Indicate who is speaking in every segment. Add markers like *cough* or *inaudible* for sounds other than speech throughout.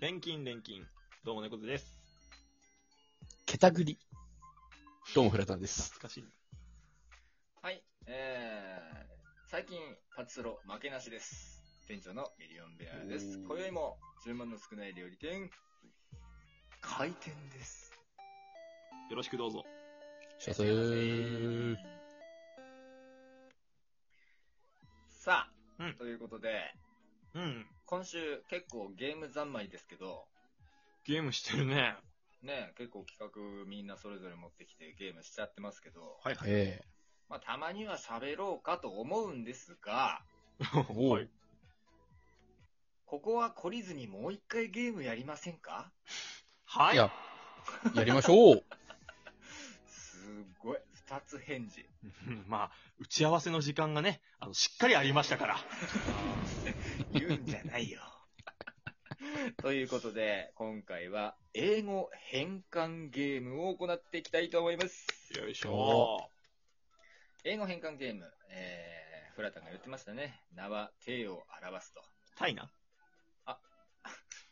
Speaker 1: 錬金錬金。どうも猫背です。
Speaker 2: ケタグリ。どうも、フラタンです。
Speaker 1: 懐かしい。
Speaker 3: はい、えー、最近、パチスロ負けなしです。店長のミリオンベアです
Speaker 2: おー。
Speaker 3: 今宵も、10万の少ない料理店、開店です。
Speaker 1: よろしくどうぞ。
Speaker 2: シャスー。
Speaker 3: さあ、
Speaker 1: うん
Speaker 3: ということで、
Speaker 1: うん。
Speaker 3: 今週結構ゲーム三昧ですけど、
Speaker 1: ゲームしてるね。
Speaker 3: ね、結構企画みんなそれぞれ持ってきてゲームしちゃってますけど、
Speaker 1: はいは。
Speaker 2: え
Speaker 3: まあたまには喋ろうかと思うんですが、
Speaker 2: おう
Speaker 1: はい。
Speaker 3: ここは懲りずにもう一回ゲームやりませんか
Speaker 2: え
Speaker 1: はい
Speaker 2: い。や、やりましょう。
Speaker 3: すごい、二つ返事。
Speaker 1: うんまあ、打ち合わせの時間がね、あの、しっかりありましたから。
Speaker 3: 言うんじゃないよ。 *laughs* ということで、今回は英語変換ゲームを行っていきたいと思います。
Speaker 1: よいし
Speaker 2: ょ。
Speaker 3: 英語変換ゲーム、えー、フラタンが言ってましたね。名は手を表すと。
Speaker 1: タイな。
Speaker 3: すいません、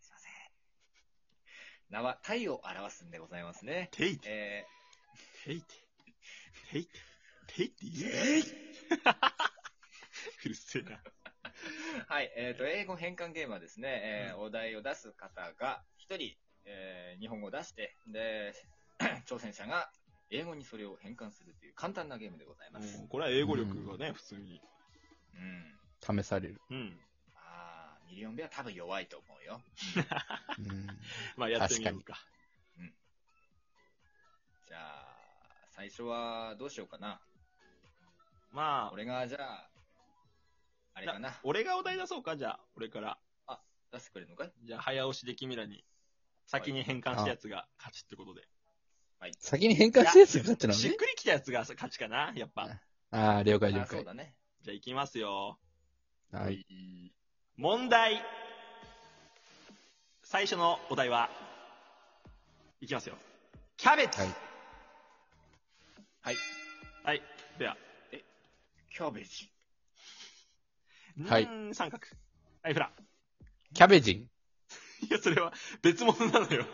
Speaker 3: すいません。名は体を表すんでございますね。
Speaker 1: テイテ。
Speaker 3: え
Speaker 1: テイテ。テイテ。テイテ言
Speaker 3: ー
Speaker 1: え。 *laughs* うるせえな。
Speaker 3: *laughs* はい、えっ、と、英語変換ゲームはですね、えーお題を出す方が一人、えー日本語を出して、で、 *clears throat* 挑戦者が英語にそれを変換するという簡単なゲームでございます。
Speaker 1: もうこれは英語力がね、普通に。
Speaker 3: うん。
Speaker 2: 試される。
Speaker 1: うん。
Speaker 3: あーミリオンベア多分弱いと思うよ。
Speaker 2: うん
Speaker 1: まあ、やってみようか。
Speaker 3: じゃあ、最初はどうしようかな。
Speaker 1: まあ、
Speaker 3: 俺が、じゃあ、あれかな。
Speaker 1: 俺がお題出そうか、じゃあ、俺から。
Speaker 3: 出してくれるのかい
Speaker 1: じゃあ、早押しで君らに、先に変換したやつが勝ちってことで。
Speaker 2: 先に変換したやつが勝ちなの
Speaker 1: しっ
Speaker 2: ね。
Speaker 1: くりきたやつが勝ちかな、やっぱ。
Speaker 2: ああ、了解了
Speaker 3: あ、そう
Speaker 2: 解。
Speaker 3: だね。
Speaker 1: じゃあ、いきますよ。
Speaker 2: はい。
Speaker 1: 問題。最初のお題は、いきますよ。キャベツ。
Speaker 2: はい
Speaker 3: はい。
Speaker 1: はい。では、
Speaker 3: キャベジ。
Speaker 2: はい
Speaker 1: んー三角。はい、フラ。
Speaker 2: キャベジン。
Speaker 1: いや、それは別物な
Speaker 2: *laughs*
Speaker 1: のよ。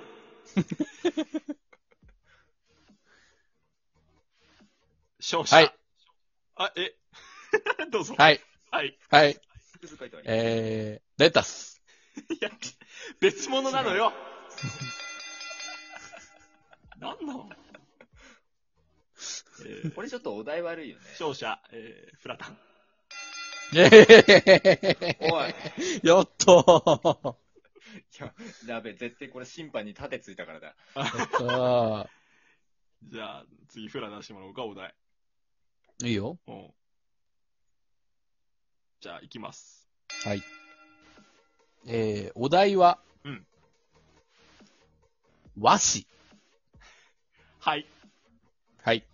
Speaker 1: 勝者。
Speaker 2: はい。
Speaker 1: あ、え *laughs* どうぞ。。
Speaker 2: はいい。
Speaker 1: はい。
Speaker 2: はい。
Speaker 3: 複数回答あります。
Speaker 2: えー、レタ *laughs* ス。
Speaker 1: いや、別物なの
Speaker 2: *laughs*
Speaker 1: よ。なんなのえー
Speaker 3: これちょっとお題悪いよね。
Speaker 1: 勝者、えー、フラタン。
Speaker 2: えー
Speaker 3: おい。
Speaker 2: やっと
Speaker 3: いや、やべえ、絶対これ審判に盾ついたからだ。
Speaker 2: ー。やった
Speaker 1: じゃあ、次フラ出してもらおうか、お題。
Speaker 2: ー。いいよ。
Speaker 1: うん。じゃあ、行きます。
Speaker 2: はい。えー、お題は、
Speaker 1: うん
Speaker 2: 和紙。
Speaker 1: はい。
Speaker 2: はい。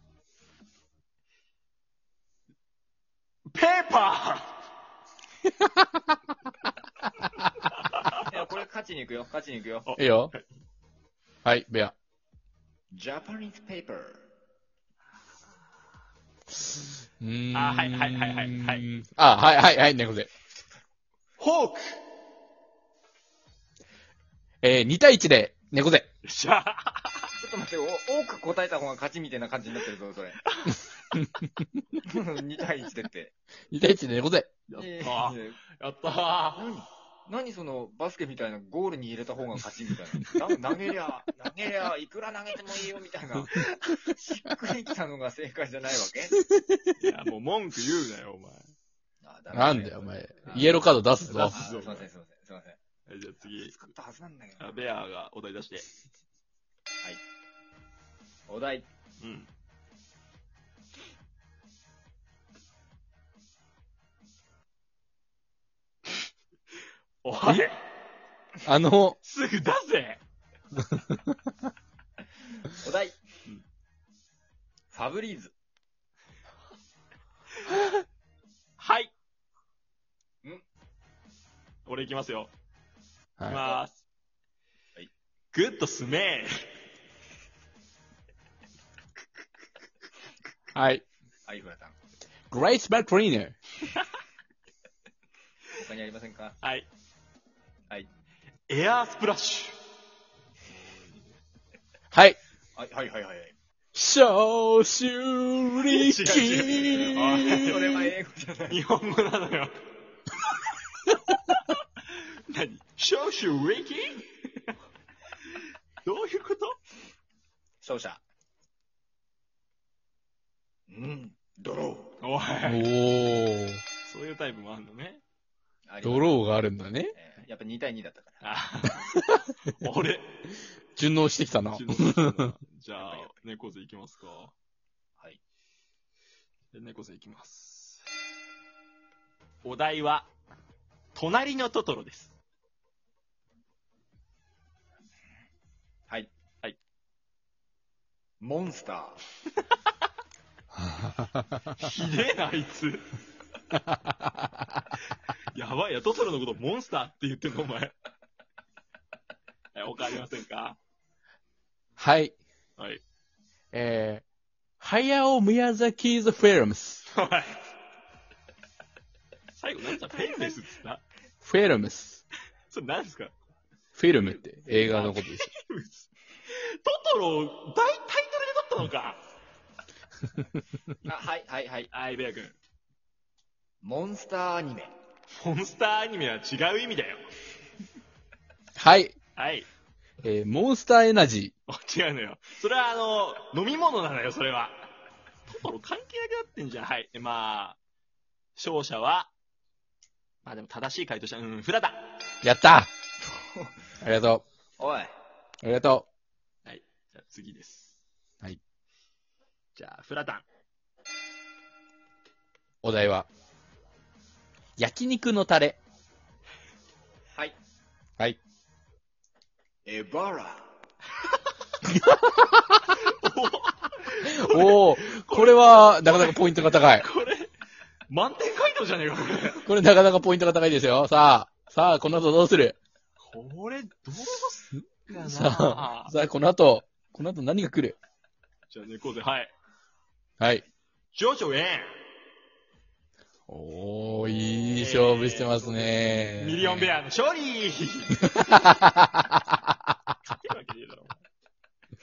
Speaker 1: ペーパ
Speaker 3: いや、これ勝ちに行くよ、勝ちに行くよ。
Speaker 2: いいよ。はい、ベア。
Speaker 3: ジャパニーズペーパー。
Speaker 2: うーん
Speaker 1: あはいはいはいはいはい。
Speaker 2: あ、はいはいはい、猫背。
Speaker 1: ーホークよ
Speaker 2: えー、2対1で、猫背。
Speaker 1: っしゃ
Speaker 3: ちょっと待って、お多く答えた方が勝ちみたいな感じになってるぞ、それ。2対1でって。
Speaker 2: 2対1で猫背。
Speaker 1: やっ
Speaker 3: い
Speaker 1: た
Speaker 3: やい
Speaker 1: ー
Speaker 3: や
Speaker 1: やったー
Speaker 3: 何何そのバスケみたいなゴールに入れた方が勝ちみたいな。な *laughs* 投げりゃ、投げりゃ、いくら投げてもいいよみたいな。しっくりきたのが正解じゃないわ
Speaker 2: *laughs*
Speaker 3: け
Speaker 1: いや、もう文句言うなよ、お前。
Speaker 3: あダメ
Speaker 2: なんだよ、お前。イエローカード出す
Speaker 3: あ
Speaker 2: ぞ
Speaker 1: 出。
Speaker 3: すいません、すいません、すいません。
Speaker 1: はいじゃあ次、
Speaker 3: 使ったはずなんだけど。
Speaker 1: あベアがお題出して。
Speaker 3: お題、
Speaker 1: うん。おい
Speaker 2: あの、
Speaker 1: すぐ出せ
Speaker 3: お題
Speaker 1: うん。
Speaker 3: ファブリーズ。
Speaker 1: はい。
Speaker 3: ん
Speaker 1: 俺行きますよ。行き
Speaker 2: は
Speaker 1: まーす。
Speaker 3: はい。
Speaker 1: グッドスメ
Speaker 2: い。はい。
Speaker 3: はい、フラタン。
Speaker 2: グレイスバックリーナー。
Speaker 3: 他にありませんか
Speaker 1: ーはい。
Speaker 3: はい。
Speaker 1: エアースプラッシ
Speaker 2: はい。
Speaker 3: はい、はい、はい、はい。
Speaker 2: 小手裏
Speaker 1: 違う違うあ
Speaker 2: 剣。
Speaker 3: *laughs* それは英語じゃな
Speaker 1: ュ
Speaker 3: い。
Speaker 1: 日本語なのよ。 *laughs* 何少々ウェイ *laughs* キンどういうこと
Speaker 3: 勝者。うん、ドロ
Speaker 1: お
Speaker 2: お
Speaker 1: い。
Speaker 2: ー。
Speaker 1: そういうタイプもあるのね。
Speaker 3: ー。
Speaker 2: ド
Speaker 3: ー。
Speaker 2: ローがあるんだね。
Speaker 3: えーやっぱ2対2だったから。
Speaker 1: あ *laughs* 俺。
Speaker 2: 順応してきたな。
Speaker 1: じゃあ、猫背いきますか。
Speaker 3: はい。
Speaker 1: で猫背いきます。お題は、隣のトトロです。
Speaker 3: はい。
Speaker 1: はい。
Speaker 3: モンスター。
Speaker 1: ひでえな、あいつ。 *laughs* やばいや、トトロのことモンスターって言ってんの、お前。え、他ありませんか
Speaker 2: *laughs* はい。
Speaker 1: はい。
Speaker 2: えー、ハヤオ・ミヤザキーズ・フィルムス。
Speaker 1: おい。最後、なんかペンですっつった。
Speaker 2: フィルムス。
Speaker 1: それ何ですか *laughs*
Speaker 2: フィルムって映画のことです。
Speaker 1: トトロ、大タイトルで撮ったのか。
Speaker 3: *laughs* あ、はい、はい、はい。
Speaker 1: はい、ベア君。
Speaker 3: モンスターアニメ。
Speaker 1: モンスターアニメは違う意味だよ。
Speaker 2: はい。
Speaker 1: はい。
Speaker 2: えー、モンスターエナジ
Speaker 1: あ *laughs* 違うのよ。それはあの、飲み物なのよ、それは。トトロ関係なくなってんじゃん。はい。でまあ、勝者は、まあでも正しい回答者、うん、フラだ。
Speaker 2: ー。
Speaker 1: *laughs*
Speaker 2: やったありがと
Speaker 3: お
Speaker 2: う。
Speaker 3: い。
Speaker 2: ありがと
Speaker 1: じゃあ次です。
Speaker 2: はい。
Speaker 1: じゃあ、フラタン。
Speaker 2: う。お題は、焼肉のタレ。
Speaker 3: はい。
Speaker 2: はい。
Speaker 3: エバラ。
Speaker 2: おー、これは、なかなかポイントが高い。
Speaker 1: これ、満点回答じゃねえか、これ。
Speaker 2: これなかなかポイントが高いですよ。さあ、さあ、この後どうする
Speaker 1: これ、どうすっかな
Speaker 2: さあ、さあ、この後、この後何が来る
Speaker 1: じゃあ、猫背、はい。
Speaker 2: はい。
Speaker 1: ジョジョエ
Speaker 2: おー、いい勝負してますね
Speaker 1: ン、。ミリオンベアの勝利勝てるわけねえだろ。お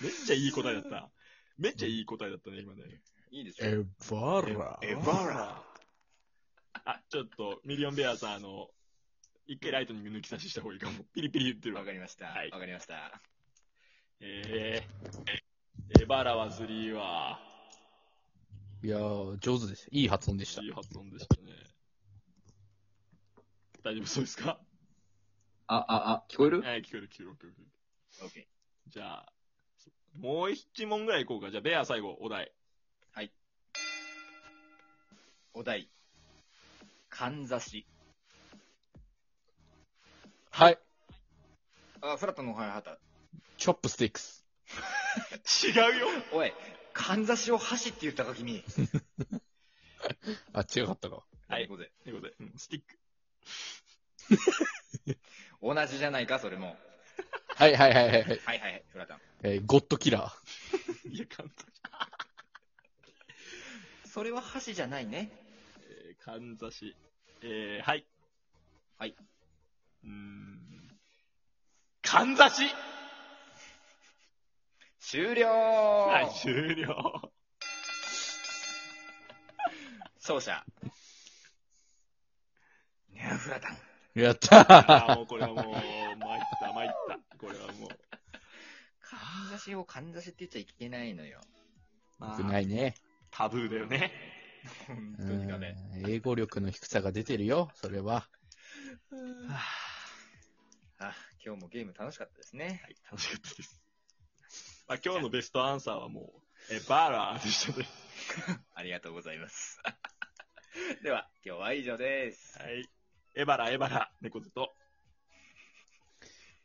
Speaker 1: 前めっちゃいい答えだった。めっちゃいい答えだったね、今ね。
Speaker 3: いいですよ。
Speaker 2: エバラ。
Speaker 3: エバラ。
Speaker 1: あ、ちょっと、ミリオンベアさん、あの、一回ライトニング抜き差しした方がいいかも。ピリピリ言ってるわ
Speaker 3: わ。かりました。わ、
Speaker 1: はい
Speaker 3: かりました。
Speaker 1: えー、エバラは3は、
Speaker 2: いやー、上手です。いい発音でした
Speaker 1: い。い発音でしたね。大丈夫そうです *laughs* か
Speaker 3: あ、あ、あ、聞こえる
Speaker 1: えー、聞こえる、聞こえる、聞こえる。
Speaker 3: オッケ
Speaker 1: じゃあ、もう一問ぐらい行こうか。じゃあ、ベア最後、お題。
Speaker 3: ー。お題。かんざし。
Speaker 2: はい。
Speaker 3: あ、フラットのおははた。
Speaker 2: チョップスティックス。
Speaker 1: 違うよ
Speaker 3: おい、かんざしを箸って言ったか君。
Speaker 2: あ、違かったか。
Speaker 1: はい
Speaker 3: とうことで。
Speaker 1: ということで、うん、スティック。
Speaker 3: 同じじゃないか、それも。
Speaker 2: はいはいはいはいはい。
Speaker 3: はいはいはい、フラタン。
Speaker 2: えーゴッドキラ
Speaker 1: *laughs*
Speaker 2: ー。
Speaker 1: いや、簡単。
Speaker 3: それは箸じゃないね。
Speaker 1: えー、かんざし。えー、はい。
Speaker 3: はい。
Speaker 1: うーん。かんざし
Speaker 3: 終了
Speaker 1: はい、終了。 *laughs*
Speaker 3: 勝者。ねえ、フラタン。
Speaker 2: やったー
Speaker 1: あーもうこれはもう、参った、参った。これはもう。
Speaker 3: かんざしをかんざしって言っちゃいけないのよ。
Speaker 1: ま
Speaker 2: よくないね。
Speaker 1: タブーだよね。
Speaker 3: 本
Speaker 2: う
Speaker 3: 当にダメ。
Speaker 2: ん英語力の低さが出てるよ、それは。
Speaker 3: あ、今日もゲーム楽しかったですね。
Speaker 1: はい、楽しかったです。まあ、今日のベストアンサーはもう、え、バーラーでしたね。 *laughs*
Speaker 3: ありがとうございます。 *laughs* では、今日は以上です。
Speaker 1: はい。エバラ、エバラ、猫背と。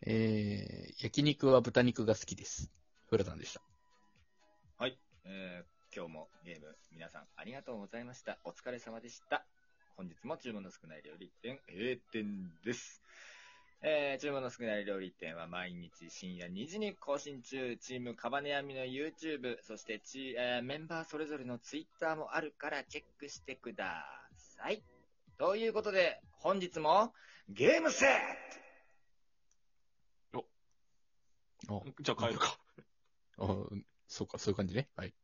Speaker 2: えー、焼肉は豚肉が好きです。フラタンでした。
Speaker 3: えー今日もゲーム皆さんありがとうございました。お疲れ様でした。本日も注文の少ない料理店閉店です。えー、注文の少ない料理店は毎日深夜2時に更新中、チームカバネヤミの YouTube、そしてチ、えーメンバーそれぞれの Twitter もあるからチェックしてください。ということで、本日もゲームセット
Speaker 2: お
Speaker 1: じゃあ変えるか。
Speaker 2: あそうか、そういう感じね。はい。